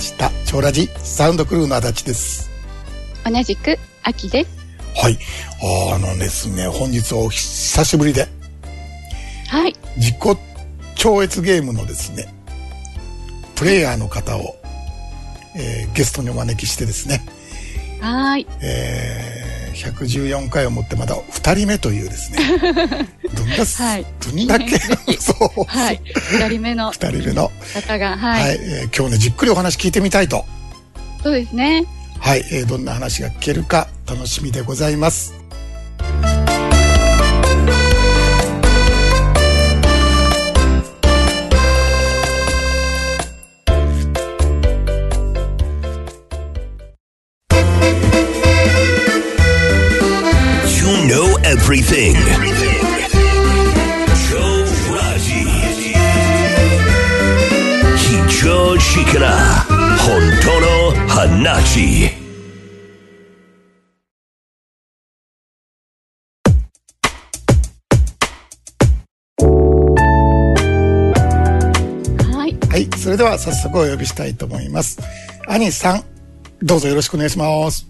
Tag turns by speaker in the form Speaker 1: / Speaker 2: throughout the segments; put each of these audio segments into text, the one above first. Speaker 1: した超ラジサウンドクルーの足立です
Speaker 2: 同じく秋です。
Speaker 1: はいあのですね本日お久しぶりで
Speaker 2: はい。
Speaker 1: 自己超越ゲームのですねプレイヤーの方を、えーゲストにお招きしてですね、
Speaker 2: はーい。
Speaker 1: えー114回をもってまだ2人目というですね どんだす、
Speaker 2: はい
Speaker 1: どんだけ そう、
Speaker 2: はい。 二人目の
Speaker 1: 2人目の、
Speaker 2: 方が、
Speaker 1: は
Speaker 2: はいい。
Speaker 1: えー今日ねじっくりお話聞いてみたいと
Speaker 2: そうですね。
Speaker 1: はい、えーどんな話が聞けるか楽しみでございます。
Speaker 3: You know everything. Joe Raji. Hijo Shikara. Hontono Hanachi.
Speaker 2: はい。
Speaker 1: はい、それでは早速お呼びしたいと思います。兄さん、どうぞよろしくお願いします。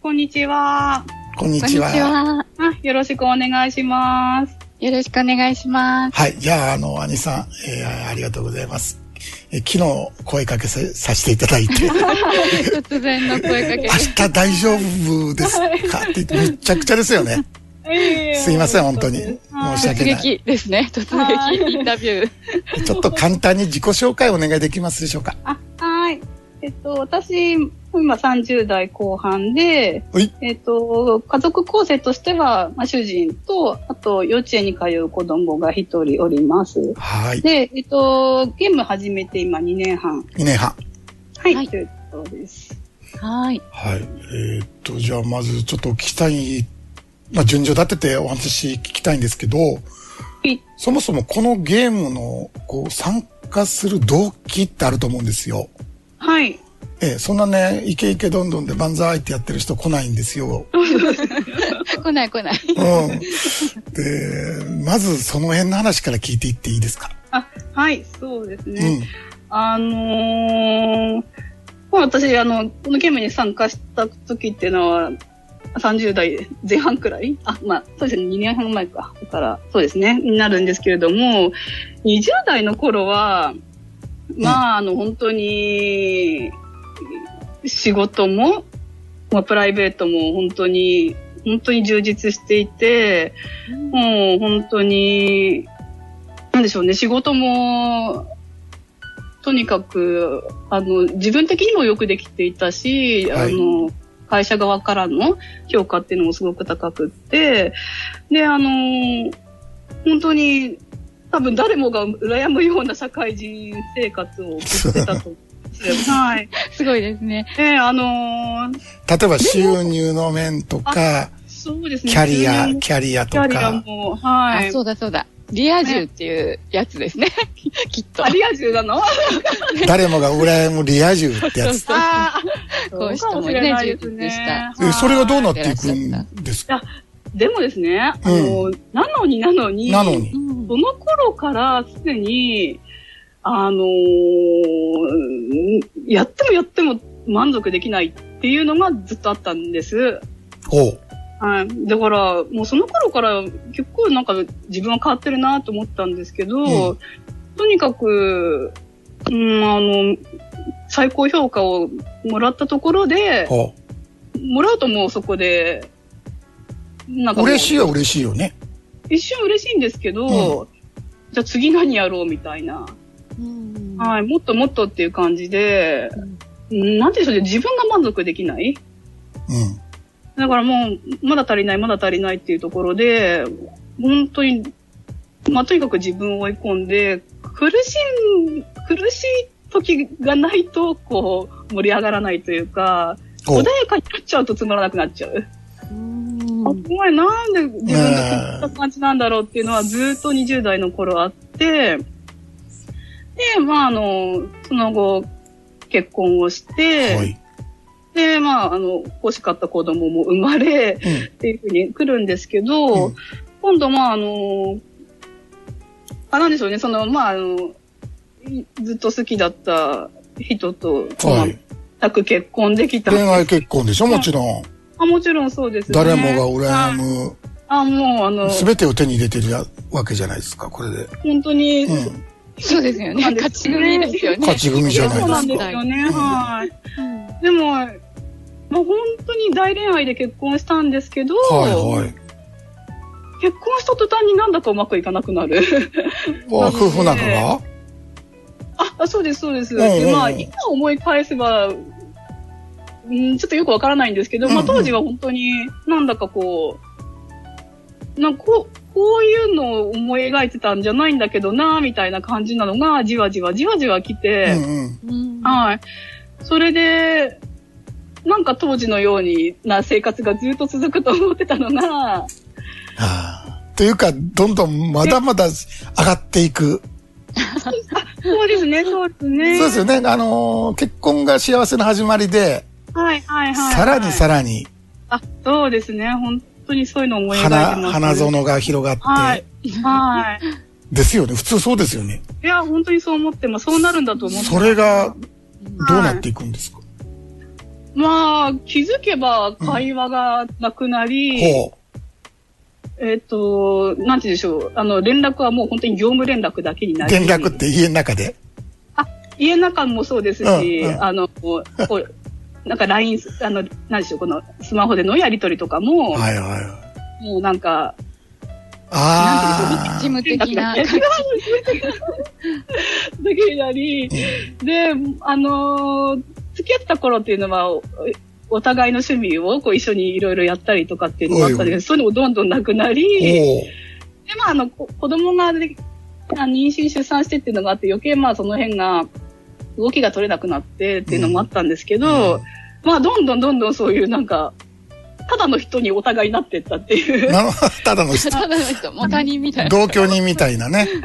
Speaker 4: こんにちは。
Speaker 1: こんに
Speaker 2: こんに
Speaker 1: ち
Speaker 2: ち
Speaker 1: は。
Speaker 2: は。
Speaker 4: あ、よろしくお願いします。
Speaker 2: よろしくお願いします。
Speaker 1: はい、いやあの兄さん、えーありがとうございます。えー昨日声かけささせていただいて、
Speaker 2: 突然の声 かけで
Speaker 1: 明。日大丈夫ですかって言ってめっちゃくちゃですよね。すいません本当に申し
Speaker 2: 突
Speaker 1: 訳ない。
Speaker 2: 撃ですね。突
Speaker 4: はい
Speaker 2: 撃インタビュー。
Speaker 1: ちょっと簡単に自己紹介お願いできますでしょうか。
Speaker 4: あ、はい。えっと、私、今30代後半で、
Speaker 1: はい、
Speaker 4: えっと、家族構成としては、まあ、主人と、あと、幼稚園に通う子供が一人おります。
Speaker 1: はい、
Speaker 4: で、えっと、ゲーム始めて今2年半。
Speaker 1: 2年半。
Speaker 4: はい、
Speaker 2: はい
Speaker 4: ということです。
Speaker 2: はい。
Speaker 1: はい。えーっと、じゃあ、まずちょっとお聞きしたい、まあ、順序立ててお話聞きたいんですけど、
Speaker 4: い
Speaker 1: そもそもこのゲームの、こう、参加する動機ってあると思うんですよ。
Speaker 4: はい。
Speaker 1: えーそんなね、イケイケどんどんで万歳ってやってる人来ないんですよ。
Speaker 2: 来ない来ない。
Speaker 1: うん。で、まずその辺の話から聞いていっていいですか。
Speaker 4: あ、はい、そうですね。
Speaker 1: うん。
Speaker 4: あのーまあ、私、あの、このゲームに参加した時っていうのは、30代前半くらいあ、まあ、そうですね、2年半前か。だから、そうですね、になるんですけれども、20代の頃は、まあ、あの、本当に、仕事も、まあ、プライベートも本当に、本当に充実していて、もう本当に、なんでしょうね、仕事も、とにかく、あの、自分的にもよくできていたし、
Speaker 1: はい
Speaker 4: あの、会社側からの評価っていうのもすごく高くって、で、あの本当に、多分誰もが羨むような社会人生活を送ってたと思うんです よ。はい。
Speaker 2: すごいですね。
Speaker 4: ええあのー
Speaker 1: 例えば収入の面とか、
Speaker 4: そうですね。
Speaker 1: キャリア
Speaker 4: 10、年
Speaker 1: キャリアと
Speaker 4: キャリア
Speaker 1: か。
Speaker 4: も、は
Speaker 2: あ、
Speaker 4: い
Speaker 2: そ。うだそうだ。リア充っていうやつですね。 きっと
Speaker 4: キャ。リア充なの
Speaker 1: 誰もが羨むリア充ってやつ。
Speaker 2: そう
Speaker 4: ああ、
Speaker 2: こういう人もね
Speaker 1: えそれがどうなってい
Speaker 2: い
Speaker 1: くんですか
Speaker 4: でもですね、あの、なのになのに、
Speaker 1: なのに
Speaker 2: う。ん
Speaker 4: その頃からすでに、あのーやってもやっても満足できないっていうのがずっとあったんです。
Speaker 1: おう。
Speaker 4: はい。だから、もうその頃から結構なんか自分は変わってるなと思ったんですけど、
Speaker 1: うん
Speaker 4: とにかく、うん、あの、最高評価をもらったところで、
Speaker 1: おう。
Speaker 4: もらうともうそこで、なんもう
Speaker 1: 嬉しいは嬉しいよね。
Speaker 4: 一瞬嬉しいんですけど、じゃあ次何やろうみたいな。
Speaker 2: うん
Speaker 4: はい、もっともっとっていう感じで、うんなんていうんでしょうね、自分が満足できない
Speaker 1: うん。
Speaker 4: だからもう、まだ足りない、まだ足りないっていうところで、本当に、まあ、とにかく自分を追い込んで、苦しん、苦しい時がないと、こう、盛り上がらないというか、
Speaker 1: おう。
Speaker 4: 穏やかになっちゃうとつまらなくなっちゃう。
Speaker 2: うん
Speaker 4: あ、お前なんで自分がこんな感じなんだろうっていうのはずっと20代の頃あって、で、まああの、その後、結婚をして、
Speaker 1: はい。
Speaker 4: で、まああの、欲しかった子供も生まれ、
Speaker 1: うん。
Speaker 4: っていうふうに来るんですけど、
Speaker 1: うん
Speaker 4: 今度、まあ、あの、あ、なんでしょうね、その、まあ、あの、いずっと好きだった人と、
Speaker 1: はい。
Speaker 4: 全く結婚できた。
Speaker 1: 恋愛結婚でしょもちろん。
Speaker 4: あもちろんそうです、ね。
Speaker 1: 誰もが羨む、
Speaker 4: あ。あ、もう、あの、
Speaker 1: 全てを手に入れてるやわけじゃないですか、これで。
Speaker 4: 本当に、
Speaker 1: うん。
Speaker 2: そうですよね。
Speaker 4: そうなんです
Speaker 2: 勝ち組ですよね。
Speaker 1: 勝ち組じゃない
Speaker 4: そう
Speaker 1: で
Speaker 4: な
Speaker 1: す
Speaker 4: ん
Speaker 1: か
Speaker 4: で。すよね、はい。でも、まあ、本当に大恋愛で結婚したんですけど、
Speaker 1: はいはい。
Speaker 4: 結婚した途端になんだかうまくいかなくなる。
Speaker 1: わ夫婦仲が
Speaker 4: ああ、そうです、そうです。
Speaker 1: うんうんうん
Speaker 4: まあ、今思い返せば、うん、ちょっとよくわからないんですけど、
Speaker 1: う
Speaker 4: まあ
Speaker 1: んうん
Speaker 4: 当時は本当になんだかこう、なんかこう、こういうのを思い描いてたんじゃないんだけどな、みたいな感じなのが、じわじわじわじわ来て、
Speaker 1: うんうん。
Speaker 2: うん
Speaker 4: はい。それで、なんか当時のようにな生活がずっと続くと思ってたのが、
Speaker 1: というか、どんどんまだまだ上がっていく。
Speaker 4: そうです ね、そうですね。
Speaker 1: そうですよね。あのー結婚が幸せの始まりで、
Speaker 4: はいはいはい。
Speaker 1: さらにさらに
Speaker 4: あ、そうですね、本当にそういうの思い描いてます、
Speaker 1: 花、花園が広がっ
Speaker 4: は
Speaker 1: て
Speaker 4: い。。はい。
Speaker 1: ですよね。普通そうですよね。
Speaker 4: いや、本当にそう思ってます。そうなるんだと思ってます
Speaker 1: それが、どうなっていくんですか
Speaker 4: まあ、気づけば会話がなくなり、
Speaker 1: ほ
Speaker 4: えっ、と、なんて言うんでしょう。あの、連絡はもう本当に業務連絡だけにな
Speaker 1: う。
Speaker 4: り。
Speaker 1: 連絡って家の中で。
Speaker 4: 家の中もそうですし、
Speaker 1: うんうん
Speaker 4: あの、こう、こうなんか LINE、あの、なんでしょう、このスマホでのやりとりとかも、
Speaker 1: はいはいはい。
Speaker 4: もうなんか、
Speaker 1: あ
Speaker 2: 事務
Speaker 4: 連
Speaker 2: 的
Speaker 4: 絡
Speaker 2: な
Speaker 4: だ。けだけになり、
Speaker 1: ー。
Speaker 4: で、あのー付き合った頃っていうのは、おお互いの趣味をこう一緒にいろいろやったりとかっていうのがあったんですけど、そういうのもどんどんなくなり、で、
Speaker 1: ほ
Speaker 4: まあ、あの、こ子供がであ妊娠、出産してっていうのがあって、余計まあその辺が、動きが取れなくなってっていうのもあったんですけど、
Speaker 1: うん
Speaker 4: まあ、どんどんどんどんそういうなんか、ただの人にお互いになってったっていう
Speaker 1: う。。なた だの人
Speaker 2: ただの人、もう他人みたいな。
Speaker 1: 同居人みたいなね。うん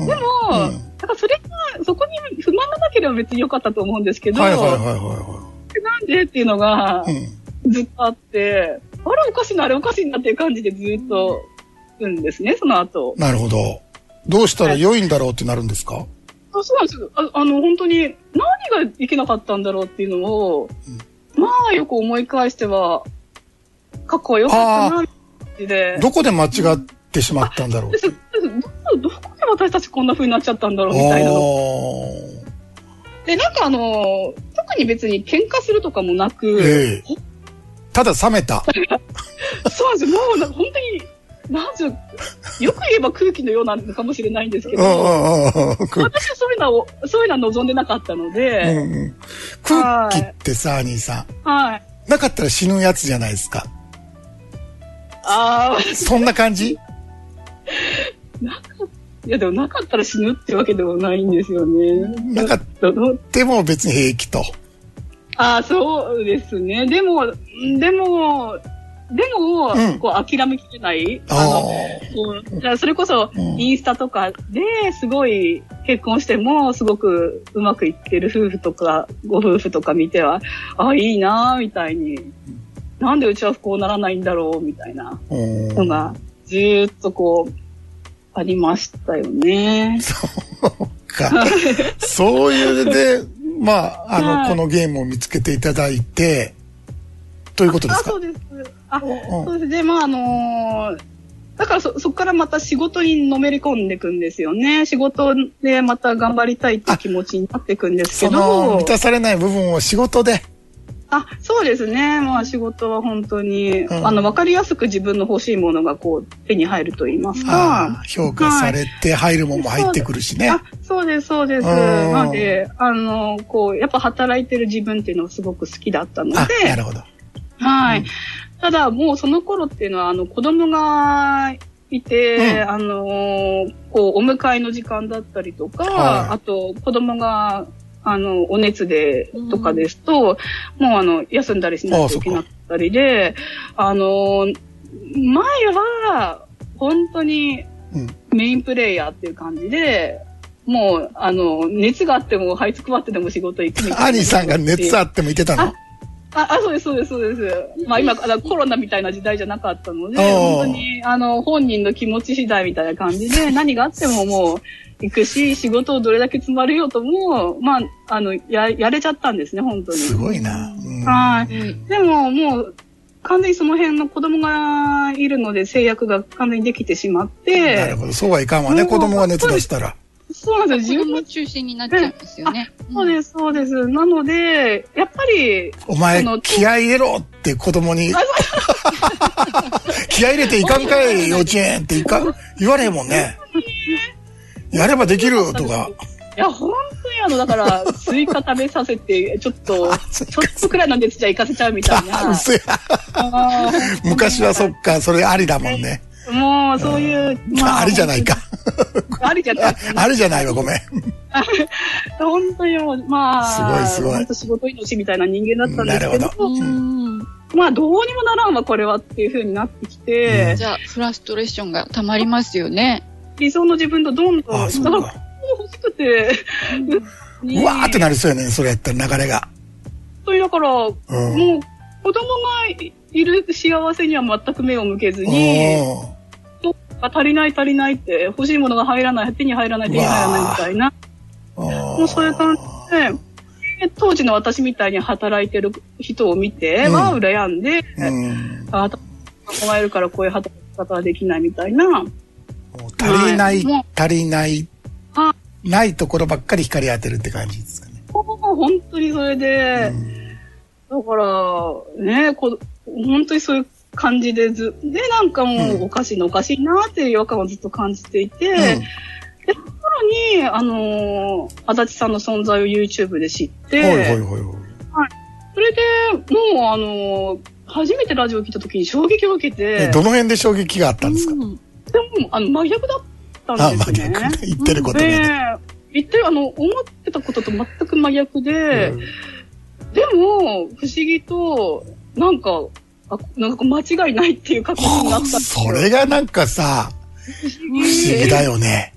Speaker 4: でも、
Speaker 1: うん
Speaker 4: なんかそれが、そこに不満がなければ別に良かったと思うんですけど、
Speaker 1: はいはいはいは
Speaker 4: なんでっていうのが
Speaker 1: いはい。うん
Speaker 4: ずっとあって、あれおかしいな、あれおかしいなっていう感じでずっと、うんですね、その後。
Speaker 1: なるほど。どうしたら良いんだろうってなるんですか
Speaker 4: あそうなんですよああの、本当に何がいけなかったんだろうっていうのを、まあよく思い返しては、過去は良かったなって感じで。
Speaker 1: どこで間違ってしまったんだろう
Speaker 4: で。すどどこで私たちこんな風になっちゃったんだろうみたいなの
Speaker 1: おー
Speaker 4: で、なんかあの、特に別に喧嘩するとかもなく、
Speaker 1: ええただ冷めた。
Speaker 4: そうなんですよ。もうな、本当に、なんていうよく言えば空気のようなのかもしれないんですけ
Speaker 1: うんう
Speaker 4: ど、
Speaker 1: んうんうん空
Speaker 4: 私はそういうのを、そういうのは望んでなかったの
Speaker 1: 気
Speaker 4: で、
Speaker 1: うんうん空気ってさ、兄さ
Speaker 4: はい。
Speaker 1: ん。なかったら死ぬやつじゃないですか。
Speaker 4: ああ、
Speaker 1: そんな感じ
Speaker 4: いやでもなかったら死ぬってわけでもないんですよね。
Speaker 1: なかっ
Speaker 4: その
Speaker 1: ても別に平気と。
Speaker 4: ああ、そうですね。でも、でも、でも、
Speaker 1: うん
Speaker 4: こう諦めきれない。あ
Speaker 1: あ
Speaker 4: のこうじゃあそれこそ、
Speaker 1: うん
Speaker 4: インスタとかですごい結婚しても、すごくうまくいってる夫婦とか、ご夫婦とか見ては、あいいなぁ、みたいに。なんでうちは不幸ならないんだろう、みたいな
Speaker 1: あ。うん
Speaker 4: のが、ずーっとこう、ありましたよね。
Speaker 1: か。そういうで、まあ、あの、
Speaker 4: はい
Speaker 1: このゲームを見つけていただいて、ということで
Speaker 4: あ、
Speaker 1: すか
Speaker 4: そうです。あ、
Speaker 1: うん
Speaker 4: そうです。で、まあ、あのーだからそ、そこからまた仕事にのめり込んでいくんですよね。仕事でまた頑張りたいっていう気持ちになっていくんですけ
Speaker 1: その、
Speaker 4: ど
Speaker 1: 満。たされない部分を仕事で、
Speaker 4: あ、そうですね。まあ仕事は本当に、
Speaker 1: うん
Speaker 4: あの、わかりやすく自分の欲しいものがこう、手に入ると言います
Speaker 1: あ
Speaker 4: か
Speaker 1: ー。評価されて、入るもんも入ってくるしね。
Speaker 4: あ、そうです、そうです。
Speaker 1: うん
Speaker 4: なので、あの、こう、やっぱ働いてる自分っていうのがすごく好きだったの
Speaker 1: あ、な
Speaker 4: で、
Speaker 1: るほど。
Speaker 4: はい。ただ、もうその頃っていうのは、あの、子供がいて、
Speaker 1: うん
Speaker 4: あの、こう、お迎えの時間だったりとか、
Speaker 1: はい
Speaker 4: あと、子供が、あの、お熱で、とかですと、もうあの、休んだりしなきゃいけなかったりで、あの、前は、本当に
Speaker 1: うん。
Speaker 4: メインプレイヤーっていう感じで、もう、あの、熱があっても、はいつくばってでも仕事行くみたいな。
Speaker 1: 兄さんが熱あってもいてたの
Speaker 4: あ。あ、あ、そうです、そうです、そうです。まあ今、あのコロナみたいな時代じゃなかったので、
Speaker 1: おー
Speaker 4: 本当に、あの、本人の気持ち次第みたいな感じで、何があってももう、行くし、仕事をどれだけ積まれようとも、まあ、あの、や、やれちゃったんですね、本当に。
Speaker 1: すごいな。うん
Speaker 4: は
Speaker 2: うん
Speaker 4: でも、もう、完全にその辺の子供がいるので制約が完全にできてしまっ
Speaker 1: なる
Speaker 4: て、
Speaker 1: ほど。そうはいかんわね。
Speaker 4: うん
Speaker 1: 子供が熱出したら。
Speaker 4: そうなんです
Speaker 2: 自
Speaker 4: よ。
Speaker 2: 分も中心になっちゃうんですよね。
Speaker 4: そう
Speaker 2: す。
Speaker 4: です、そうです。なので、やっぱり、
Speaker 1: お前
Speaker 4: その、
Speaker 1: 気合い入れろって子供に。 気合い入れていかんかい、幼稚園っていかん、言われへんもんね。やればできるとか。
Speaker 4: いや、本当にあの、だから、スイカ食べさせて、ちょっ と、ちょっとくらいなんですじゃあ行かせちゃうみたいな。
Speaker 1: うそや。
Speaker 4: あ ー
Speaker 1: 昔はそっか、それありだもんね。
Speaker 4: もう、そういう、
Speaker 1: あ、ありじゃないか。。
Speaker 4: ありじゃないですね。
Speaker 1: ありじゃないわ、ごめん。
Speaker 4: 本当にもう、まあ、
Speaker 1: すごいすごい
Speaker 4: 本当仕事命みたいな人間だったんですけ
Speaker 1: な
Speaker 4: ど
Speaker 1: る、
Speaker 2: うん。
Speaker 4: まあ、どうにもならんわ、これはっていう風になってきて、
Speaker 2: じゃあ、フラストレーションが溜まりますよね。
Speaker 4: 理想の自分とどんどん、
Speaker 1: あ、そう
Speaker 4: だから
Speaker 1: か。
Speaker 4: 欲しくて、
Speaker 1: うわーってなりそうやねそれやったら流れが。
Speaker 4: 本当にだから、もう
Speaker 1: うん。
Speaker 4: 子供がいる幸せには全く目を向けずに、
Speaker 1: おー
Speaker 4: あ足りない足りないって、欲しいものが入らない、手に入らない、手に入らないみたいな、も
Speaker 1: も
Speaker 4: うそういう感じで、で当時の私みたいに働いてる人を見て、
Speaker 1: うん
Speaker 4: まあ羨んで、
Speaker 1: うん。
Speaker 4: ああ、囲まれるからこういう働き方はできないみたいな、
Speaker 1: もう足りない、
Speaker 2: はい
Speaker 1: 足りない
Speaker 4: あ、
Speaker 1: ないところばっかり光当てるって感じですかね。
Speaker 4: もう本当にそれで、だから、ね、こ本当にそういう感じでず、で、なんかも
Speaker 1: うん
Speaker 4: うおかしいな、おかしいなっていう違和感をずっと感じていて、
Speaker 1: うん
Speaker 4: さらに、あのー、足立さんの存在を YouTube で知って、
Speaker 1: ほいほいほいほい。
Speaker 4: それで、もうあのー、初めてラジオを聞いた時に衝撃を受け
Speaker 1: え、
Speaker 4: て、
Speaker 1: どの辺で衝撃があったんですか
Speaker 2: うん
Speaker 4: でも、あの、真逆だった
Speaker 1: あ、
Speaker 4: ん
Speaker 1: 真
Speaker 4: ですね。
Speaker 1: 逆ね。言ってることがね。
Speaker 4: ねえ言ってる、あの、思ってたことと全く真逆で、でも、不思議と、なんか、あなんかこう間違いないっていう確認になったんですよ。
Speaker 1: それがなんかさ、不思議だよね。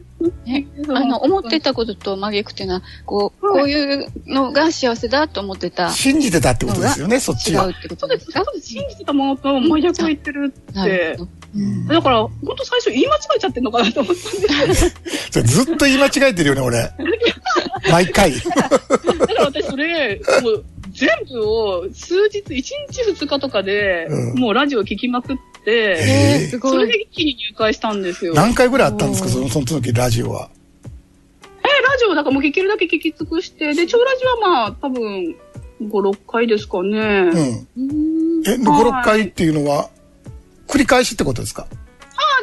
Speaker 2: ね、あの、思ってたことと真逆っていうのは、こう、こういうのが幸せだと思ってた。
Speaker 1: 信じてたってことですよね、そっ
Speaker 2: 違
Speaker 1: ちは
Speaker 2: う。ってこ
Speaker 4: そ
Speaker 2: と
Speaker 4: うで
Speaker 2: ですすか
Speaker 4: そうです信じてたものと真逆を言ってるっ
Speaker 2: なる
Speaker 4: て
Speaker 2: ほ。ど。
Speaker 1: うん
Speaker 4: だから、本当最初言い間違えちゃってんのかなと思ったんです
Speaker 1: それずっと言い間違えてるよね、俺。毎回。
Speaker 4: けど、だから私それ、もう全部を数日、1日2日とかで、
Speaker 1: うん
Speaker 4: もうラジオ聞きまくって、
Speaker 2: え
Speaker 1: え
Speaker 2: ー、
Speaker 1: ー
Speaker 2: す
Speaker 4: そ
Speaker 2: ご
Speaker 4: れで
Speaker 2: い。
Speaker 4: 一気に入会したんですよ。
Speaker 1: 何回ぐらいあったんですか、
Speaker 2: うん
Speaker 1: そのその時ラジオは。
Speaker 4: でラジオだからもう聞けるだけ聞き尽くして、で、超ラジはまあ、多分、5、6回ですかね。
Speaker 1: うん。
Speaker 4: あ
Speaker 1: え、
Speaker 2: うん
Speaker 1: 5、6回っていうのは、繰り返しってことですか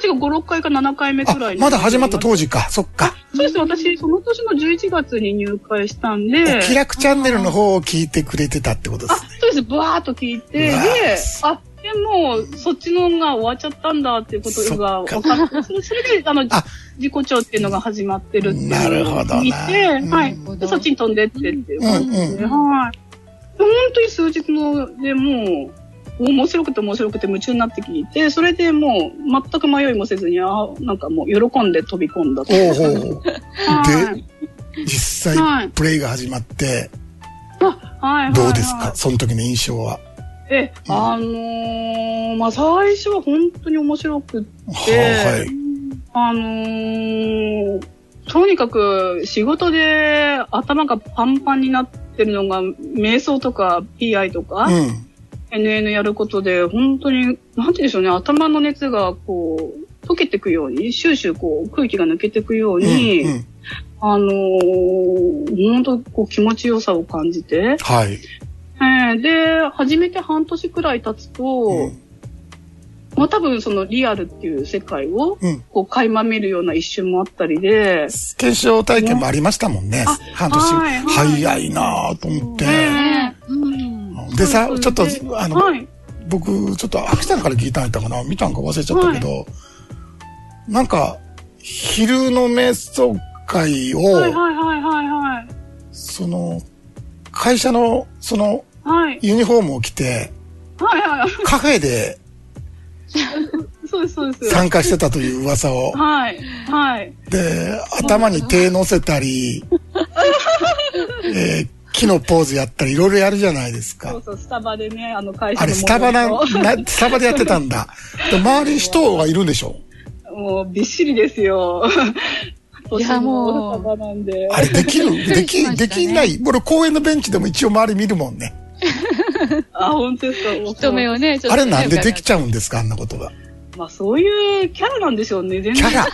Speaker 4: 違う、5、6回か7回目
Speaker 1: あ
Speaker 4: くらい、に
Speaker 1: まだ始まった当時か。そっか。
Speaker 4: そうです、私、その年の11月に入会したんで、
Speaker 1: 気楽チャンネルの方を聞いてくれてたってことで
Speaker 4: あ
Speaker 1: す。、
Speaker 4: そうです、ブワーっと聞いて、
Speaker 1: う
Speaker 4: で
Speaker 1: わー、
Speaker 4: あ、でも、そっちのが終わっちゃったんだっていうことが分かって、それそれで、あの
Speaker 1: あ、
Speaker 4: 自己調っていうのが始まってるっていう
Speaker 1: なる
Speaker 4: の
Speaker 1: ほ
Speaker 4: を
Speaker 1: どな
Speaker 4: 聞いて、
Speaker 1: うん
Speaker 4: はい。で、そっちに飛んでってってい
Speaker 1: う
Speaker 4: う
Speaker 1: ん
Speaker 4: 感じ
Speaker 1: うん
Speaker 4: で、。はい。で本当に数日の、でもう、面白くて面白くて夢中になって聞いて、それでもう、全く迷いもせずに、あ、なんかもう、喜んで飛び込んだと。
Speaker 1: おうほうほう。
Speaker 4: はい
Speaker 1: 実
Speaker 4: は
Speaker 1: 際
Speaker 4: い、
Speaker 1: プレイが始まって、
Speaker 4: はいはい。
Speaker 1: どうです
Speaker 4: はい
Speaker 1: かその時の印象は。
Speaker 4: え、あのー、まあ、最初は本当に面白くって、
Speaker 1: はあはい
Speaker 4: あのー、とにかく仕事で頭がパンパンになってるのが、瞑想とか PI とか、
Speaker 1: うん。
Speaker 4: NN やることで、本当に、なんて言うんでしょうね、頭の熱がこう、溶けていくように、シューシューこう、空気が抜けていくように、
Speaker 1: うんうん。
Speaker 4: あのー、本当こう気持ちよさを感じて、
Speaker 1: はい。
Speaker 4: えーで、始めて半年くらい経つと、
Speaker 1: うん
Speaker 4: まあ多分そのリアルっていう世界を
Speaker 1: うん。
Speaker 4: こう垣間見るような一瞬もあったりで、
Speaker 1: 検証体験もありましたもんね
Speaker 4: あ。
Speaker 1: 半年。
Speaker 4: はいはい
Speaker 1: 早いなぁと思って。
Speaker 4: ね
Speaker 2: ねうん。
Speaker 1: でさ
Speaker 4: そう、
Speaker 1: ちょ
Speaker 4: そ
Speaker 1: っ
Speaker 4: う
Speaker 1: と
Speaker 4: で、
Speaker 1: あの、
Speaker 4: はい。
Speaker 1: 僕、ちょっと秋田から聞いたんやったかな見たんか忘れちゃったけど、なんか、昼の瞑想会
Speaker 4: はい
Speaker 1: を、
Speaker 4: はいはいはいはい。
Speaker 1: その、会社の、その、
Speaker 4: はい。
Speaker 1: ユニフォームを着 て、
Speaker 4: はいはい。
Speaker 1: カフェで
Speaker 4: そうですそうです。
Speaker 1: 参加してたという噂を。
Speaker 4: はい。はい。
Speaker 1: で、頭に手乗せた り、えー木のポーズやったり、いろいろやるじゃないです
Speaker 4: そ
Speaker 1: か。
Speaker 4: うそう、スタバでね、あの会社
Speaker 1: あ
Speaker 4: の
Speaker 1: れ、スタバな、
Speaker 4: ものと
Speaker 1: なスタバでやってたんだ。で周りに人がいるんでしょ
Speaker 4: もうびっしりですよ。
Speaker 2: いやもう
Speaker 4: 年も若葉なんで。
Speaker 1: あれで きる
Speaker 2: っく
Speaker 1: で
Speaker 2: りし
Speaker 1: き、
Speaker 2: ました
Speaker 1: で
Speaker 2: ね
Speaker 1: きない。俺公園のベンチでも一応周り見るもんね。
Speaker 4: あ、本当ですか。
Speaker 2: 人目をね、ちょっ
Speaker 1: あれ
Speaker 2: とね。
Speaker 1: なんででき
Speaker 2: 伺
Speaker 1: ちゃうんですかあんなことが。
Speaker 4: まあそういうキャラなんでしょうね、全然。
Speaker 1: キャラ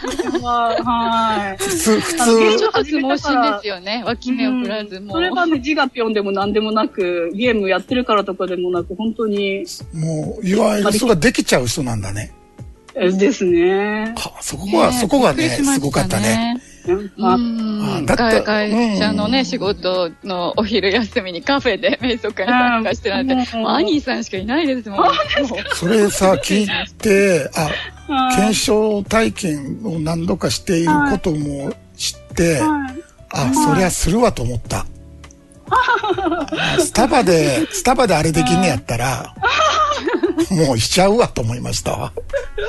Speaker 4: は、はい。
Speaker 1: 普通、普
Speaker 4: あの
Speaker 2: う
Speaker 4: 現
Speaker 1: 通
Speaker 4: 状。
Speaker 2: ちょっと盲信ですよね。脇目を振らず、
Speaker 4: うん
Speaker 2: も
Speaker 4: それ
Speaker 2: う。
Speaker 4: はね、自我ぴょんでも何でもなく、ゲームやってるからとかでもなく、本当に、
Speaker 1: もう、いわゆるそれができちゃう人なんだね。
Speaker 4: えですね。
Speaker 1: あそこが、そこがね、すごかったね。。
Speaker 4: まあ
Speaker 2: うん、
Speaker 1: だって
Speaker 2: 会会社のね、仕事のお昼休みにカフェで 瞑想会に参加してなんて、
Speaker 4: うん
Speaker 2: もうアニーさんしかいないですもん。もう
Speaker 1: それさ、聞いて、あ、
Speaker 4: はい
Speaker 1: 検証体験を何度かしていることも知って、
Speaker 4: はい
Speaker 1: あ、そりゃするわと思 った。あスタバで、スタバであれできんねやったら、もうしちゃうわと思いましたわ。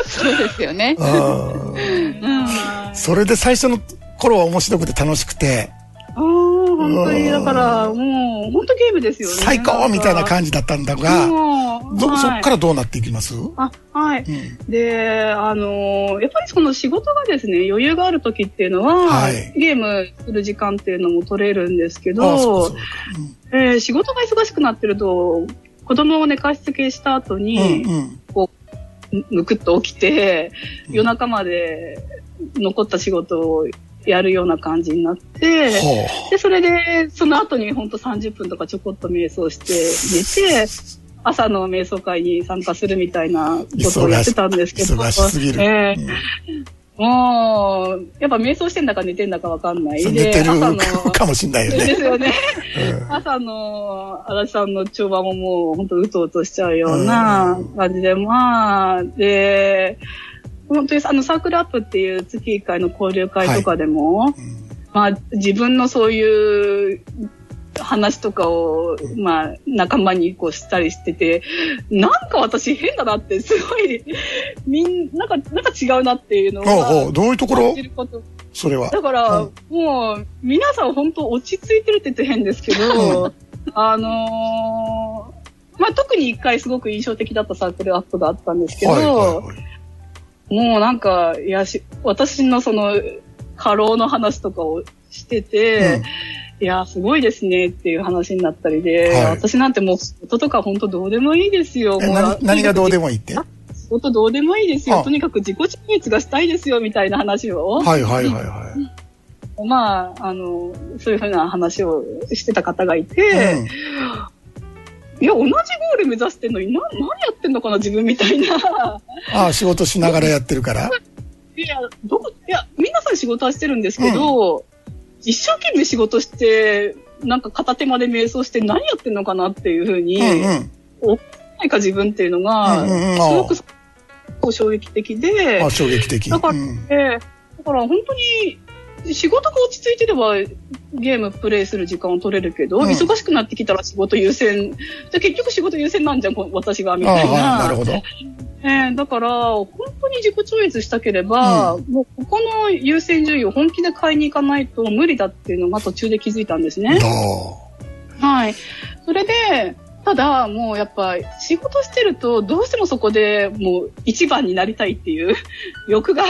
Speaker 2: そうですよね。
Speaker 1: うん
Speaker 2: うん。
Speaker 1: それで最初の頃は面白くて楽しくて、
Speaker 4: あー本当に、だから、もう、本当ゲームですよね。
Speaker 1: 最高みたいな感じだったんだが、
Speaker 4: もう
Speaker 1: ど
Speaker 4: はい
Speaker 1: そっからどうなっていきます
Speaker 4: あ、はい。
Speaker 1: うん
Speaker 4: で、あのーやっぱりその仕事がですね、余裕がある時っていうのは、
Speaker 1: はい
Speaker 4: ゲームする時間っていうのも取れるんですけ
Speaker 1: あそう
Speaker 4: ど
Speaker 1: かそう、か
Speaker 4: えー仕事が忙しくなってると、子供を寝かしつけした後
Speaker 1: う
Speaker 4: に、
Speaker 1: んうん
Speaker 4: むくっと起きて、
Speaker 1: うん
Speaker 4: 夜中まで残った仕事をやるような感じになって、
Speaker 1: ほ
Speaker 4: で、それで、その後にほんと30分とかちょこっと瞑想して寝て、朝の瞑想会に参加するみたいなことをやってたんですけど。
Speaker 1: 忙し忙しすぎる
Speaker 4: え
Speaker 1: うう
Speaker 4: え
Speaker 1: ん
Speaker 4: もう、やっぱ瞑想してんだか寝てんだかわかんない。
Speaker 1: そう
Speaker 4: で
Speaker 1: 寝てる
Speaker 4: 朝の、
Speaker 1: かもしんないよね。
Speaker 4: ですよね。
Speaker 1: うん
Speaker 4: 朝の足立さんの帳場ももう本当うとうとしちゃうような感じで、まあ、で、本当にあのサークルアップっていう月1回の交流会とかでも、
Speaker 1: うん
Speaker 4: まあ自分のそういう話とかを、まあ仲間にこうしたりしてて、なんか私変だなってすごい、みんな、なんか、なんか違うなっていうのを
Speaker 1: おうおうどういうところ
Speaker 4: 感じること
Speaker 1: それは。
Speaker 4: だから、
Speaker 1: うん
Speaker 4: もう、皆さん本当落ち着いてるって言って変ですけ
Speaker 1: う
Speaker 4: ど、あのーまあ、特に一回すごく印象的だったサークルアップがあったんですけど、
Speaker 1: はいはいはい
Speaker 4: もうなんか、いやし、私のその、過労の話とかをしてて、いや、すごいですねっていう話になったりで、
Speaker 1: はい
Speaker 4: 私なんてもう、音とか本当どうでもいいですよ。
Speaker 1: え
Speaker 4: もう
Speaker 1: 何何がどうでもいいっては
Speaker 4: 音どうでもいいです
Speaker 1: あ
Speaker 4: よ。とにかく自己陳列がしたいですよ、みたいな話を。
Speaker 1: いはいはいは
Speaker 4: まあ、あの、そういうふうな話をしてた方がい
Speaker 1: い。う
Speaker 4: て、
Speaker 1: ん
Speaker 4: いや、同じゴール目指してんのに、な、何やってんのかな、自分みたいな。
Speaker 1: ああ、仕事しながらやってるから。
Speaker 4: いや、どこ、いや、皆さん仕事はしてるんですけど、一生懸命仕事して、なんか片手間で瞑想して何やってんのかなっていうふう
Speaker 1: う
Speaker 4: に、
Speaker 1: んうん。うん
Speaker 4: 何か自分っていうのが、
Speaker 1: うんうん。
Speaker 4: すご
Speaker 1: あ
Speaker 4: くこう衝撃的で、
Speaker 1: ああ、衝撃的。
Speaker 4: だから
Speaker 1: うん
Speaker 4: ええだから本当に仕事が落ち着いてればゲームプレイする時間を取れるけど、
Speaker 1: うん
Speaker 4: 忙しくなってきたら仕事優先。じゃあ結局仕事優先なんじゃん、こ私が、み
Speaker 1: あ
Speaker 4: たい
Speaker 1: あ、
Speaker 4: な。
Speaker 1: なるほど。
Speaker 4: ええだから、本当に自己超越したければ、
Speaker 1: う
Speaker 4: もうここの優先順位を本気で買いに行かないと無理だっていうのが途中で気づいたんですね。
Speaker 1: ど
Speaker 4: はい。それで、ただ、もうやっぱ仕事してるとどうしてもそこでもう一番になりたいっていう欲が
Speaker 1: う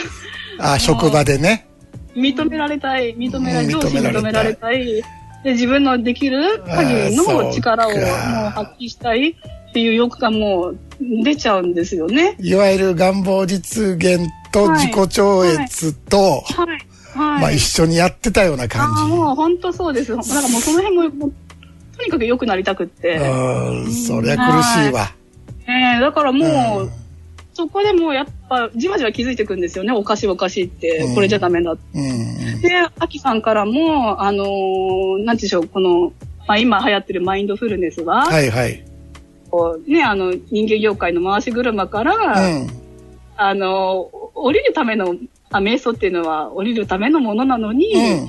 Speaker 1: ああ、職場でね。
Speaker 4: 認められたい、認められ、
Speaker 1: うん
Speaker 4: 上司に認められたい。で、自分のできる限り
Speaker 1: あーそうか
Speaker 4: の力をもう発揮したいっていう欲がもう出ちゃうんですよね。
Speaker 1: いわゆる願望実現と
Speaker 4: はい
Speaker 1: 自己超越と、
Speaker 4: はい。はい。
Speaker 1: まあ一緒にやってたような感
Speaker 4: ああ、
Speaker 1: じ。
Speaker 4: もう本当そうです。なんかもうその辺も、もうとにかく良くなりたくって。え
Speaker 1: うん、そりゃ苦しいわ。
Speaker 4: えだからもう、
Speaker 1: うん
Speaker 4: そこでもうやっぱ、じわじわ気づいていくんですよね。おかしいおかしいって、
Speaker 1: うん
Speaker 4: これじゃダメだって。
Speaker 1: うん。
Speaker 4: で、アキさんからも、あのーなんて言うんでしょう、この、まあ今流行ってるマインドフルネスは、
Speaker 1: はいはい。
Speaker 4: こうね、あの、人間業界の回し車から、
Speaker 1: うん。
Speaker 4: あの、降りるための、あ、瞑想っていうのは降りるためのものなのに、
Speaker 1: うん。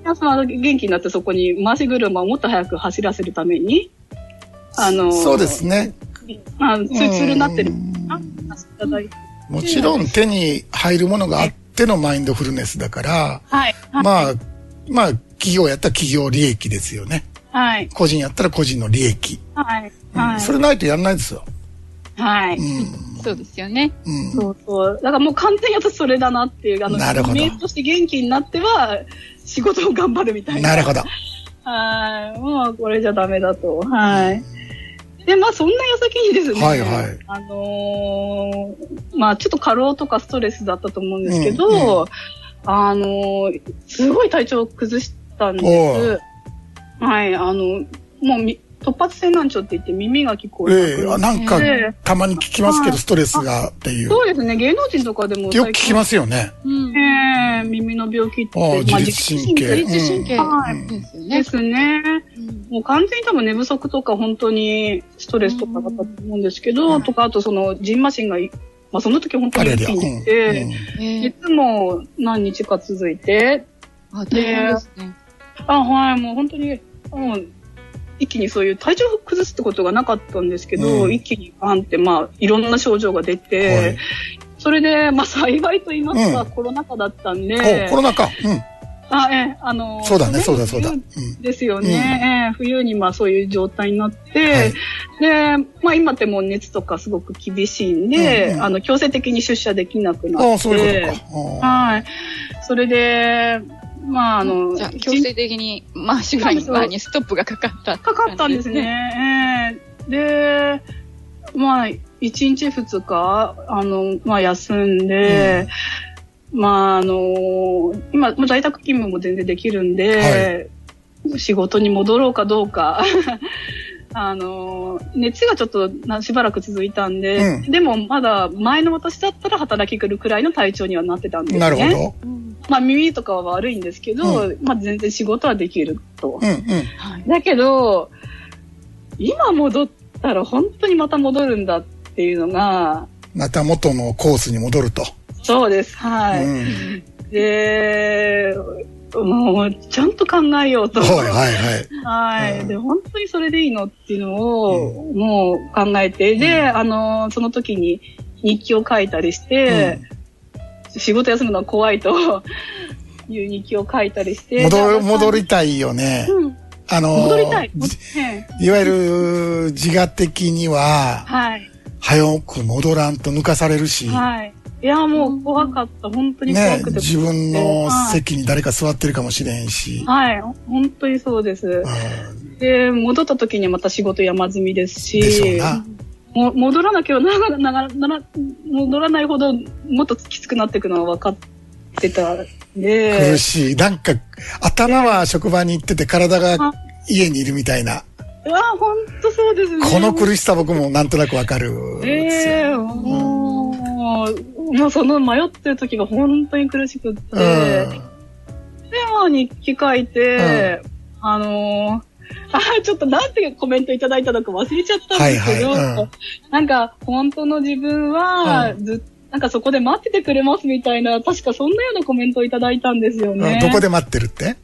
Speaker 4: 皆さんは元気になってそこに回し車をもっと早く走らせるために、あの、
Speaker 1: そうですね。
Speaker 4: まあ、ツルツルになってる
Speaker 1: う。ん
Speaker 4: あ走っていただいて
Speaker 1: もちろん手に入るものがあってのマインドフルネスだから、
Speaker 4: はい。はい。
Speaker 1: まあ、まあ、企業やったら企業利益ですよね。
Speaker 4: はい。
Speaker 1: 個人やったら個人の利益。
Speaker 4: はい。
Speaker 1: うん
Speaker 4: はい。
Speaker 1: それないとやんないですよ。
Speaker 4: はい。
Speaker 1: うん。
Speaker 2: そうですよね。
Speaker 1: うん。
Speaker 4: そうそう。だからもう完全に私それだなっていう、あの、
Speaker 1: なるほど
Speaker 4: イメージとして元気になっては、仕事を頑張るみたいな。
Speaker 1: なるほど。
Speaker 4: はい。もうこれじゃダメだと。はい。で、まあそんな矢先にですね、
Speaker 1: はいはい
Speaker 4: あのーまあちょっと過労とかストレスだったと思うんですけど、
Speaker 1: うん
Speaker 4: あのーすごい体調を崩したんです。はい、あの、もうみ突発性難聴って言って耳が聞こえ
Speaker 1: ええ
Speaker 4: なくな
Speaker 1: あ
Speaker 4: る
Speaker 1: なんか
Speaker 4: ええ、
Speaker 1: たまに聞きますけど、
Speaker 4: はい
Speaker 1: ストレスがっていう。よ
Speaker 4: そうですね、芸能人とかでも
Speaker 1: く聞きますよね。
Speaker 2: うん。
Speaker 4: ええ耳の病気って、
Speaker 1: ああ自律神経
Speaker 4: 自律
Speaker 2: 自律神経
Speaker 4: はい
Speaker 2: ですよ
Speaker 4: で
Speaker 2: ね。
Speaker 4: すね。
Speaker 2: うん
Speaker 4: もう完全に多分寝不足とか本当にストレスとかだったと思うんですけど、とか、あとその、ジンマシンがい、まあその時本当
Speaker 1: あ
Speaker 4: に
Speaker 1: れり
Speaker 4: 一気
Speaker 1: ゃ。う
Speaker 4: に
Speaker 1: んう
Speaker 4: 来て、
Speaker 1: ん
Speaker 2: え
Speaker 4: い
Speaker 2: え
Speaker 4: つも何日か続いて、
Speaker 2: あ、大変ですね。
Speaker 4: あ、はい、もう本当に、もう、一気にそういう体調を崩すってことがなかったんですけど、
Speaker 1: うん
Speaker 4: 一気にバンって、まあ、いろんな症状が出て、
Speaker 1: はい
Speaker 4: それで、まあ、幸いと言いますか、
Speaker 1: うん
Speaker 4: コロナ禍だったん
Speaker 1: お
Speaker 4: で、
Speaker 1: コロナ禍。うん。
Speaker 4: あ、ええ、あの、
Speaker 1: そうだね、そうだ、そうだ。うん。
Speaker 4: ですよね。
Speaker 1: うん
Speaker 4: ええ冬にまあそういう状態になって、
Speaker 1: はい
Speaker 4: で、まあ今ってもう熱とかすごく厳しいんで、
Speaker 1: うんうん
Speaker 4: あの強制的に出社できなくなって。
Speaker 1: ああ、そういうことか。ああ
Speaker 4: はい。それで、まああの、
Speaker 2: じゃあ、強制的に、まあ、シュガーにストップがかかった。
Speaker 4: かかったんです。ね。ええで、まあ、1日2日、あの、まあ、休んで、まあ、あの、今、もう在宅勤務も全然できるんで、仕事に戻ろうかどうか。 あの、熱がちょっとなしばらく続いたんで、
Speaker 1: うん
Speaker 4: でもまだ前の私だったら働き来るくらいの体調にはなってたんですね。
Speaker 1: なるほ
Speaker 2: うん
Speaker 4: まあ耳とかは悪いんですけど、まあ全然仕事はできる
Speaker 1: ど。
Speaker 4: と。
Speaker 1: うんうん。
Speaker 2: はい。
Speaker 4: だけど、今戻ったら本当にまた戻るんだっていうのが、
Speaker 1: また元のコースに戻ると。
Speaker 4: そうです。はい。
Speaker 1: うん。
Speaker 4: で、もう、ちゃんと考えようと。
Speaker 1: はい
Speaker 4: は
Speaker 1: はいはい。
Speaker 4: い、
Speaker 1: うん
Speaker 4: で、本当にそれでいいのっていうのを、もう考えて、で、あの、その時に日記を書いたりして、仕事休むのは怖いと いう日記を書いたりして。
Speaker 1: 戻
Speaker 4: で
Speaker 1: る、戻、りたいよね。
Speaker 4: うん、
Speaker 1: あのー、
Speaker 4: 戻りたい。
Speaker 1: じ
Speaker 4: ね
Speaker 1: いわゆる自我的には、
Speaker 4: はい。
Speaker 1: 早く戻らんと抜かされるし、
Speaker 4: はい。いや、もう怖かった。本当に怖
Speaker 1: ね
Speaker 4: く、て。
Speaker 1: 自分の
Speaker 4: はい
Speaker 1: 席に誰か座ってるかもしれんし、
Speaker 4: はい。本当にそうです。
Speaker 1: うん
Speaker 4: で、戻った時にまた仕事山積みですし、
Speaker 1: でしょうな。
Speaker 4: も戻らなきゃならならなら、戻らないほどもっときつくなっていくのは分かってたんで
Speaker 1: 苦、しい。なんか、頭は職場に行ってて体が家にいるみたいな。
Speaker 4: うわ、本当そうですね。
Speaker 1: この苦しさ僕もなんとなくわかるんですよ。
Speaker 4: ええもう、もうその迷ってる時が本当に苦しくって、
Speaker 1: うん。
Speaker 4: で、まあ、日記書いて、あのー あーちょっとなんてコメントいただいたのか忘れちゃったんですけど、
Speaker 1: はいはいうん
Speaker 4: なんか、本当の自分は、
Speaker 1: う
Speaker 4: ずっなんかそこで待っててくれますみたいな、確かそんなようなコメントをいただいたんですよ
Speaker 1: う
Speaker 4: ね
Speaker 1: ん。どこで待ってるって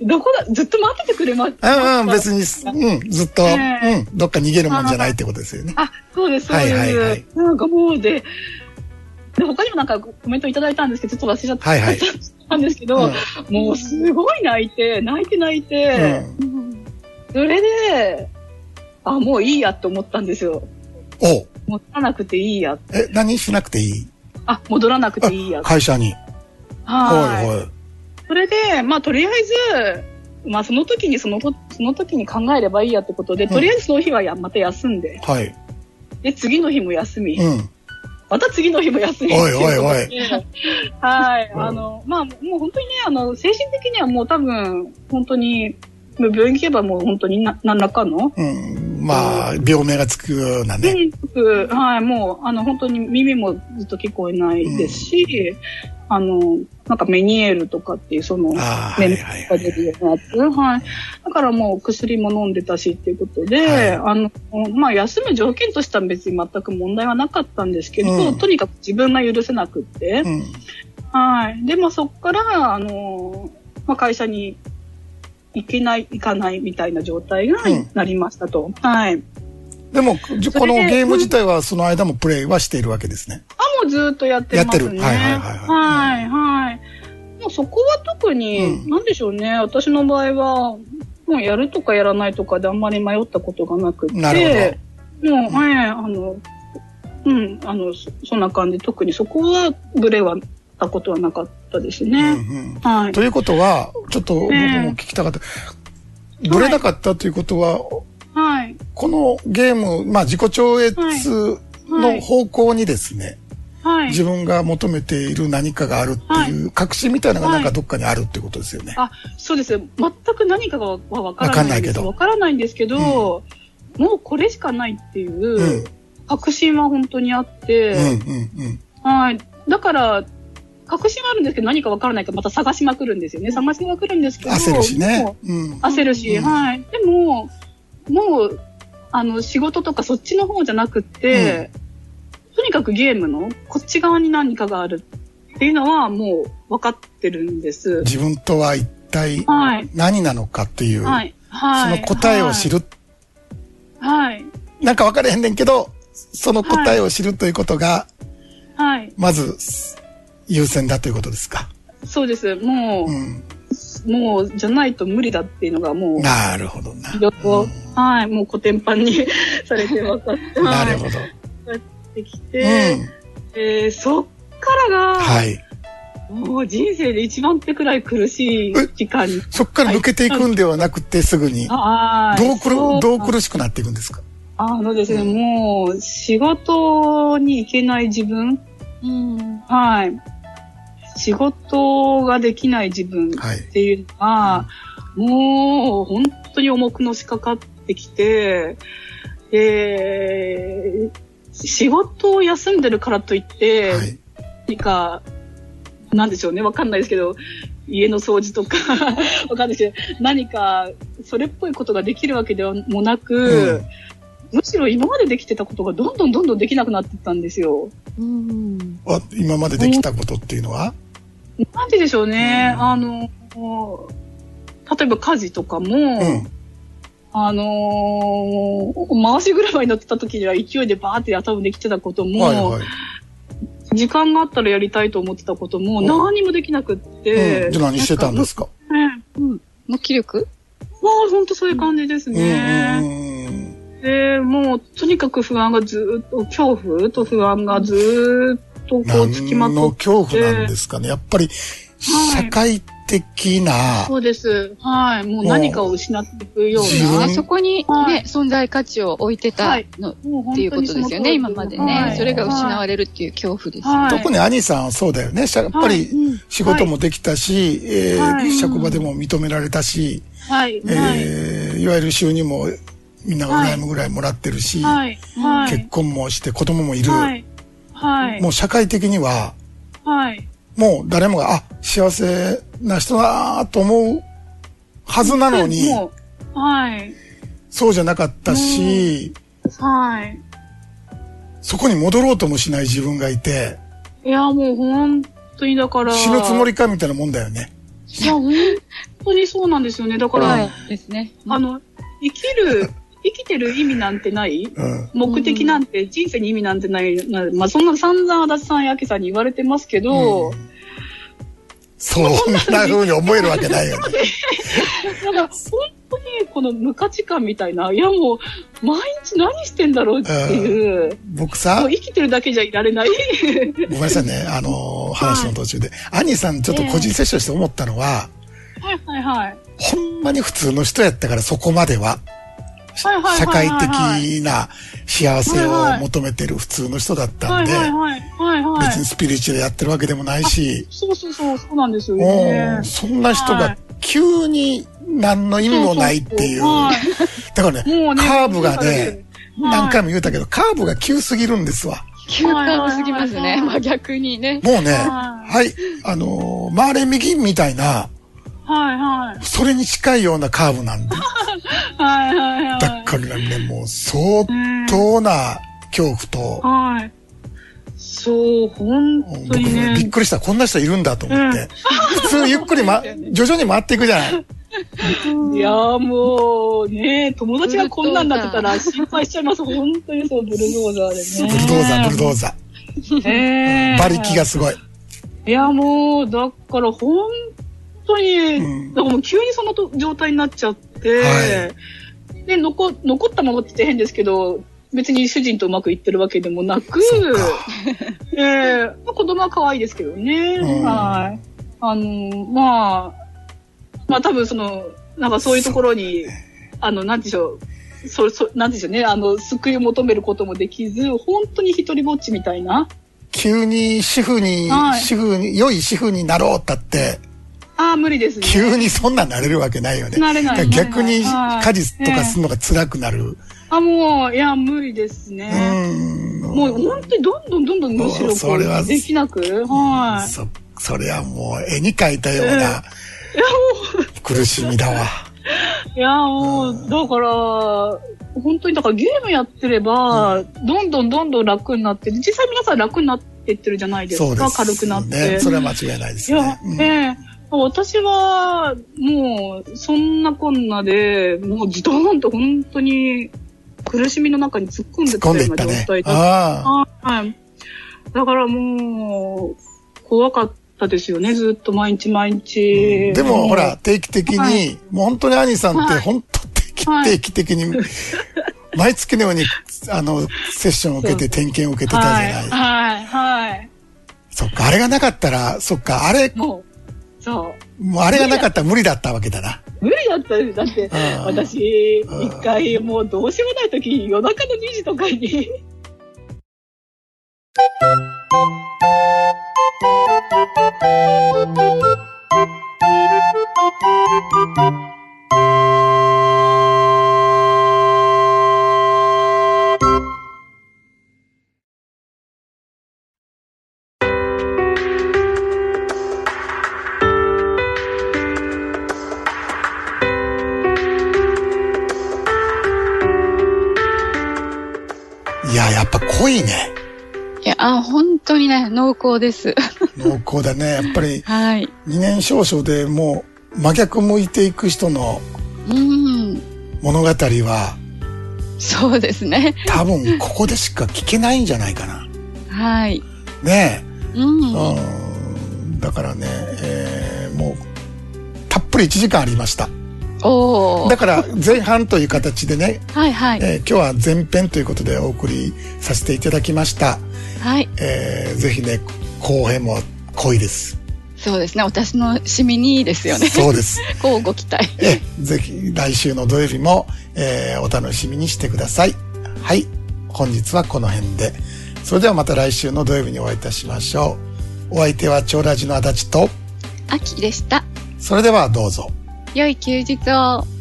Speaker 4: どこだ、ずっと待っててくれます。
Speaker 1: うんうん、別
Speaker 4: に。
Speaker 1: に、うん、ずっと、
Speaker 4: え
Speaker 1: うん、どっか逃げるもんじゃないってことですよね。
Speaker 4: あ、そうです、そうです。
Speaker 1: はいはいはい
Speaker 4: なんかもうで、で、他にもなんかコメントいただいたんですけど、ちょっと忘れちゃった。
Speaker 1: はいはい
Speaker 4: たんですけど、 もうすごい泣いて、泣いて泣いて、
Speaker 1: うんうん。
Speaker 4: それで、あ、もういいやと思ったんですよ。
Speaker 1: おう
Speaker 4: 戻らなくていいや。
Speaker 1: え、何しなくていい
Speaker 4: あ、戻らなくていいや。
Speaker 1: 会社に。
Speaker 4: は
Speaker 1: はいいはい。
Speaker 4: それで、まあ、とりあえず、まあ、その時にそのと、その時に考えればいいやってことで、
Speaker 1: ん
Speaker 4: とりあえずその日はやまた休んで、
Speaker 1: はい。
Speaker 4: で、次の日も休み、
Speaker 1: うん。
Speaker 4: また次の日も休み。
Speaker 1: おいおいおい
Speaker 4: ってうことで。 はい。
Speaker 1: うん
Speaker 4: あの、まあ、もう本当にね、あの、精神的にはもう多分、本当に、もう病院行けばもう本当にな何らかの、
Speaker 1: うん。まあ、病名がつくようなね。
Speaker 4: うんはい、もう、あの、本当に耳もずっと聞こえないですし、あの、なんかメニエールとかっていう、その、
Speaker 1: ああ、はい
Speaker 4: メニ
Speaker 1: はい
Speaker 4: ー
Speaker 1: は
Speaker 4: が出
Speaker 1: い。
Speaker 4: るようなやつ。はい。だからもう薬も飲んでたしっていうことで、
Speaker 1: はい
Speaker 4: あの、まあ、休む条件としては別に全く問題はなかったんですけど、
Speaker 1: うん
Speaker 4: とにかく自分が許せなくって、
Speaker 1: うん。
Speaker 4: はい。で、まあ、そこから、あの、まあ、会社に行けない、行かないみたいな状態が
Speaker 1: うん
Speaker 4: なりましたと。はい。
Speaker 1: でも、じゃ
Speaker 4: それで
Speaker 1: このゲーム自体はその間もプレイはしているわけですね。
Speaker 4: あ、もうずっとやってますね。
Speaker 1: やってるはいはいはい
Speaker 4: はい。はいもうそこは特
Speaker 1: う
Speaker 4: に、
Speaker 1: ん
Speaker 4: なんでしょうね、私の場合は、もうやるとかやらないとかであんまり迷ったことがなくて、
Speaker 1: なる
Speaker 4: もう、はい、あの、うん、あの、そそんな感じ。特にそこはブレはたことはなかったです
Speaker 1: うん
Speaker 4: ね。
Speaker 1: うん
Speaker 4: はい
Speaker 1: と。いうことは、ちょっと僕も聞きたかった。ぶれなかったということは、
Speaker 4: はい。
Speaker 1: このゲーム、まあ自己超越の方向にですね、
Speaker 4: はい。
Speaker 1: 自分が求めている何かがあるっていう確信みたいなのがなんかどっかにあるってことですよね。
Speaker 4: あ、そうです。全く何かがはわからないんです。
Speaker 1: わ
Speaker 4: わからないんですけど、もうこれしかないってい
Speaker 1: うん
Speaker 4: う、確信は本当にあっ
Speaker 1: うんうん
Speaker 4: て、
Speaker 1: うん。
Speaker 4: はい。だから、確信はあるんですけど、何かわからないからまた探しまくるんですよね。探しまくるんですけど。
Speaker 1: 焦るし
Speaker 4: もう
Speaker 1: ね。うん。
Speaker 4: 焦るし、
Speaker 1: うん
Speaker 4: はい。でも、もう、あの、仕事とかそっちの方じゃなくって、とにかくゲームのこっち側に何かがあるっていうのはもう分かってるんです。
Speaker 1: 自分とは一体
Speaker 4: はい。
Speaker 1: 何なのかっていう、
Speaker 4: はい。
Speaker 1: そ
Speaker 4: は
Speaker 1: の
Speaker 4: い。
Speaker 1: 答えを知
Speaker 4: る。
Speaker 1: る、
Speaker 4: はい。
Speaker 1: なんかわからへんねんけど、その答えを知るということが、
Speaker 4: はい。
Speaker 1: まず優先だということですか。
Speaker 4: そうです。も
Speaker 1: うん。
Speaker 4: う、もう、じゃないと無理だっていうのがもう、
Speaker 1: なるほどな。
Speaker 4: いろいろ、はい。もう古典版に されて分かって、
Speaker 1: な
Speaker 4: は
Speaker 1: る
Speaker 4: い。
Speaker 1: ほど。
Speaker 4: でき
Speaker 1: う
Speaker 4: て、
Speaker 1: ん。
Speaker 4: えーそっからが、
Speaker 1: はい。
Speaker 4: もう人生で一番ってくらい苦しい期間に。
Speaker 1: そっから抜けていくんではなくて、すぐに。
Speaker 4: ああ、
Speaker 1: どうくる
Speaker 4: そう、
Speaker 1: どう苦しくなっていくんですか
Speaker 4: あのですね、もう、仕事に行けない自分。
Speaker 2: うん。
Speaker 4: はい。仕事ができない自分っ
Speaker 1: はい。
Speaker 4: ていうのが、もう、本当に重くのしかかってきて、で、仕事を休んでるからといって、
Speaker 1: はい。
Speaker 4: 何か、なんでしょうね、わかんないですけど、家の掃除とか、 わかんないですけど、何か、それっぽいことができるわけではもなく、むしろ今までできてたことがどんどんどんどんできなくなってったんですよ。
Speaker 2: うん。
Speaker 1: あ今までできたことっていうのは
Speaker 4: なんででしょうね、
Speaker 1: うん
Speaker 4: あの、例えば家事とかも、
Speaker 1: うん。
Speaker 4: あのー回し車に乗ってた時には勢いでバーって頭できてたことも、
Speaker 1: はいはい。
Speaker 4: 時間があったらやりたいと思ってたことも、
Speaker 1: うん
Speaker 4: 何もできなくって、
Speaker 1: うん。じゃあ何してたんですか
Speaker 4: ね
Speaker 2: 無気力
Speaker 4: まあ、ほんとそういう感じです
Speaker 1: うんうん
Speaker 4: ね。
Speaker 1: うん。
Speaker 4: で、もう、とにかく不安がずっと、恐怖と不安がずっとこう、つきま
Speaker 1: 何
Speaker 4: と
Speaker 1: の
Speaker 4: って。
Speaker 1: 恐怖なんですかねやっぱり、社会的な、
Speaker 4: そうです。はい。もう何かを失っていくよ
Speaker 1: 自
Speaker 4: う
Speaker 1: 分
Speaker 2: あそこにね、
Speaker 4: はい
Speaker 2: 存在価値を置いてたの、
Speaker 4: な。もう
Speaker 2: っていうことですよね、今までね、
Speaker 1: はい
Speaker 2: それが失わ
Speaker 4: れ
Speaker 2: れるっていう恐怖ですよ。
Speaker 4: はい。
Speaker 1: 特
Speaker 4: に。
Speaker 1: に兄さんはそうだよね。しゃやっぱり仕事もできたし、えー
Speaker 4: はい
Speaker 1: 職場でも認められたし、
Speaker 4: はい。
Speaker 1: い
Speaker 4: はい。
Speaker 1: えーいわゆる収入もみんなが羨むぐらいもらってるし、
Speaker 4: はい。は
Speaker 1: 結
Speaker 4: い。
Speaker 1: 婚もして子供もいる、
Speaker 4: はい。はい。
Speaker 1: もう社会的には
Speaker 4: はい。
Speaker 1: もう誰もがあ幸せな人だなと思うはずなのに
Speaker 4: もうはい。
Speaker 1: そうじゃなかったし、
Speaker 4: はい。
Speaker 1: そこに戻ろうともしない自分がいて
Speaker 4: いや、もう本当にだから。
Speaker 1: 死ぬつもりかみたいなもんだよね。
Speaker 4: いや、 本当にそうなんですよね。だから、
Speaker 2: はい。ですね。
Speaker 4: あの、生きる、生きてる意味なんてない
Speaker 1: うん
Speaker 4: 目的なんて、人生に意味なんてない。なまあ、そんな散々足立さんや明さんに言われてますけ
Speaker 1: う
Speaker 4: ど、
Speaker 1: んそんな風に思えるわけ ないよね。
Speaker 4: なんか、本当にこの無価値観みたいな、いやもう、毎日何してんだろうっていう、
Speaker 1: 僕
Speaker 4: も
Speaker 1: さ
Speaker 4: う、生きてるだけじゃいら れない。
Speaker 1: ごめんなさいね、あのー話の途中で。兄さんちょっと個人セッションして思ったのは、
Speaker 4: はいはいはい。
Speaker 1: ほんまに普通の人やったからそこまでは。
Speaker 4: はいはい
Speaker 1: 社
Speaker 4: は
Speaker 1: 会
Speaker 4: いはい
Speaker 1: 的な幸せを求めてる普通の人だった
Speaker 4: は
Speaker 1: ん
Speaker 4: い
Speaker 1: で、
Speaker 4: はいはい。はいは
Speaker 1: 別に
Speaker 4: い。
Speaker 1: スピリチュアルやってるわけでもないし、
Speaker 4: そうそうそう、そうなんですよね
Speaker 1: もう。そんな人
Speaker 4: は
Speaker 1: が
Speaker 4: い
Speaker 1: 急に何の意味もないっていう。
Speaker 4: は
Speaker 1: だから
Speaker 4: いも
Speaker 1: ね、
Speaker 4: うね
Speaker 1: カーブがね、、何回
Speaker 4: も。
Speaker 1: も言うたけど、カーブが急すぎるんですわ。
Speaker 2: 急カーブすぎます
Speaker 4: はいはいは
Speaker 2: ね。
Speaker 4: い
Speaker 2: まあ逆にね。
Speaker 1: もうね、
Speaker 4: はい
Speaker 1: はい、あのー、回れ右みたいな、
Speaker 4: はいはい。
Speaker 1: それに近いようなカーブなんで、
Speaker 4: はいはいはい。
Speaker 1: だからね、もう相当な恐怖と、
Speaker 4: はい。そう、本当
Speaker 1: 僕
Speaker 4: に
Speaker 1: ね、びっ
Speaker 4: ね。
Speaker 1: くりした。こんな人いるんだと思って。
Speaker 4: うん
Speaker 1: 普通ゆっくり ま、徐々に回っていくじゃない。
Speaker 4: いやーもうね、友達がこんなんなってたら心配しちゃいます。本当にそう、ブルドーザーで
Speaker 1: ブ
Speaker 4: ね。
Speaker 1: ルドーザー、ブルドー
Speaker 4: ザ
Speaker 1: ザ
Speaker 4: ー。ね
Speaker 1: ー。馬力が。すごい。
Speaker 4: いやもう、だから本当
Speaker 1: うん
Speaker 4: に、だからもう急にそのと状態になっちゃって、
Speaker 1: は
Speaker 4: で、残、残ったものって言って変ですけど、別に主人とうまくいってるわけでもなく、
Speaker 1: そっか
Speaker 4: ええまあ、子供は可愛いですけどね。
Speaker 1: うん
Speaker 4: はい。あのまあ、まあ多分その、なんかそういうところに、あの、なんでしょう、そそなんでしょうね、あの、救いを求めることもできず、本当に一人ぼっちみたいな。
Speaker 1: 急に主婦に、
Speaker 4: はい
Speaker 1: 主婦に、良い主婦になろうったって、
Speaker 4: ああ、無理ですね。
Speaker 1: 急にそんなんなれるわけないよね。
Speaker 4: なれない
Speaker 1: だから逆に
Speaker 4: はい
Speaker 1: 家事とかするのが辛くなる。
Speaker 4: あ、もう、いや、無理です
Speaker 1: う
Speaker 4: ね。
Speaker 1: ーん。
Speaker 4: もう、本当にどんどんどんどんむしろこ
Speaker 1: それは
Speaker 4: う、できなく。はい。
Speaker 1: そ、それはもう絵に描いたような苦しみだわ。
Speaker 4: いや、もう、だから、本当に、だからゲームやってれば、どんどんどんどん楽になって、実際皆さん楽になってってるじゃ ないです
Speaker 1: そうで
Speaker 4: か、
Speaker 1: す。
Speaker 4: 軽くなって。
Speaker 1: ね。それは間違いないで
Speaker 4: い
Speaker 1: す
Speaker 4: や
Speaker 1: ね。、うん
Speaker 4: ねえ私は、もう、そんなこんなで、もう、じどーんと本当に、苦しみの中に突っ込んで
Speaker 1: 突っ
Speaker 4: った
Speaker 1: 込
Speaker 4: よ
Speaker 1: んで
Speaker 4: う
Speaker 1: いっ
Speaker 4: な
Speaker 1: た
Speaker 4: 状
Speaker 1: ね。
Speaker 4: 態だっ
Speaker 1: あ
Speaker 4: はい。だからもう、怖かったですよね、ずっと毎日毎
Speaker 1: あ。
Speaker 4: 日。
Speaker 1: でもほら、定期的
Speaker 4: は
Speaker 1: に、もう本当に兄さんって
Speaker 4: はい
Speaker 1: 本当定期,、
Speaker 4: はい
Speaker 1: 定期的 に、毎月のように、あの、セッションを受けて点検を受けてたじゃない。
Speaker 4: はい、はい、はい。
Speaker 1: そっか、あれがなかったら、そっか、あれ、
Speaker 4: もう、そう。
Speaker 1: もうあれがなかったら無理だったわけだな。
Speaker 4: 無理だったんです。だって
Speaker 1: うん、
Speaker 4: 私、
Speaker 1: うん
Speaker 4: 一回、もうどうしようもない時に、夜中の2時とかに、
Speaker 1: いや、やっぱ濃 いね。
Speaker 2: いや、あ、本当にね、濃厚です。
Speaker 1: 濃厚だね。やっぱり、
Speaker 2: はい。
Speaker 1: 2年少々でもう、真逆向いていく人の
Speaker 2: うん。
Speaker 1: 物語は、
Speaker 2: そうですね。
Speaker 1: 多分ここでしか聞けないんじゃないかな。
Speaker 2: はい。
Speaker 1: ね
Speaker 2: うん。
Speaker 1: え。
Speaker 2: は
Speaker 1: うん。だからね、えーもう、たっぷり1時間ありました。
Speaker 2: お
Speaker 1: だ
Speaker 2: ー。
Speaker 1: から、前半という形でね、
Speaker 2: はいはい。
Speaker 1: えー今日は前編ということでお送りさせていただきました。
Speaker 2: はい。
Speaker 1: えーぜひね、後編も濃いです。
Speaker 2: そうですね。私の趣味にです よね。
Speaker 1: そうです。
Speaker 2: こうご期待。
Speaker 1: ええぜひ来週の土曜日も、えーお楽しみにしてください。はい。本日はこの辺で。それではまた来週の土曜日にお会いいたしましょう。お相手は長ラジの足立と、
Speaker 2: 秋でした。
Speaker 1: それではどうぞ。
Speaker 2: 良い休日を。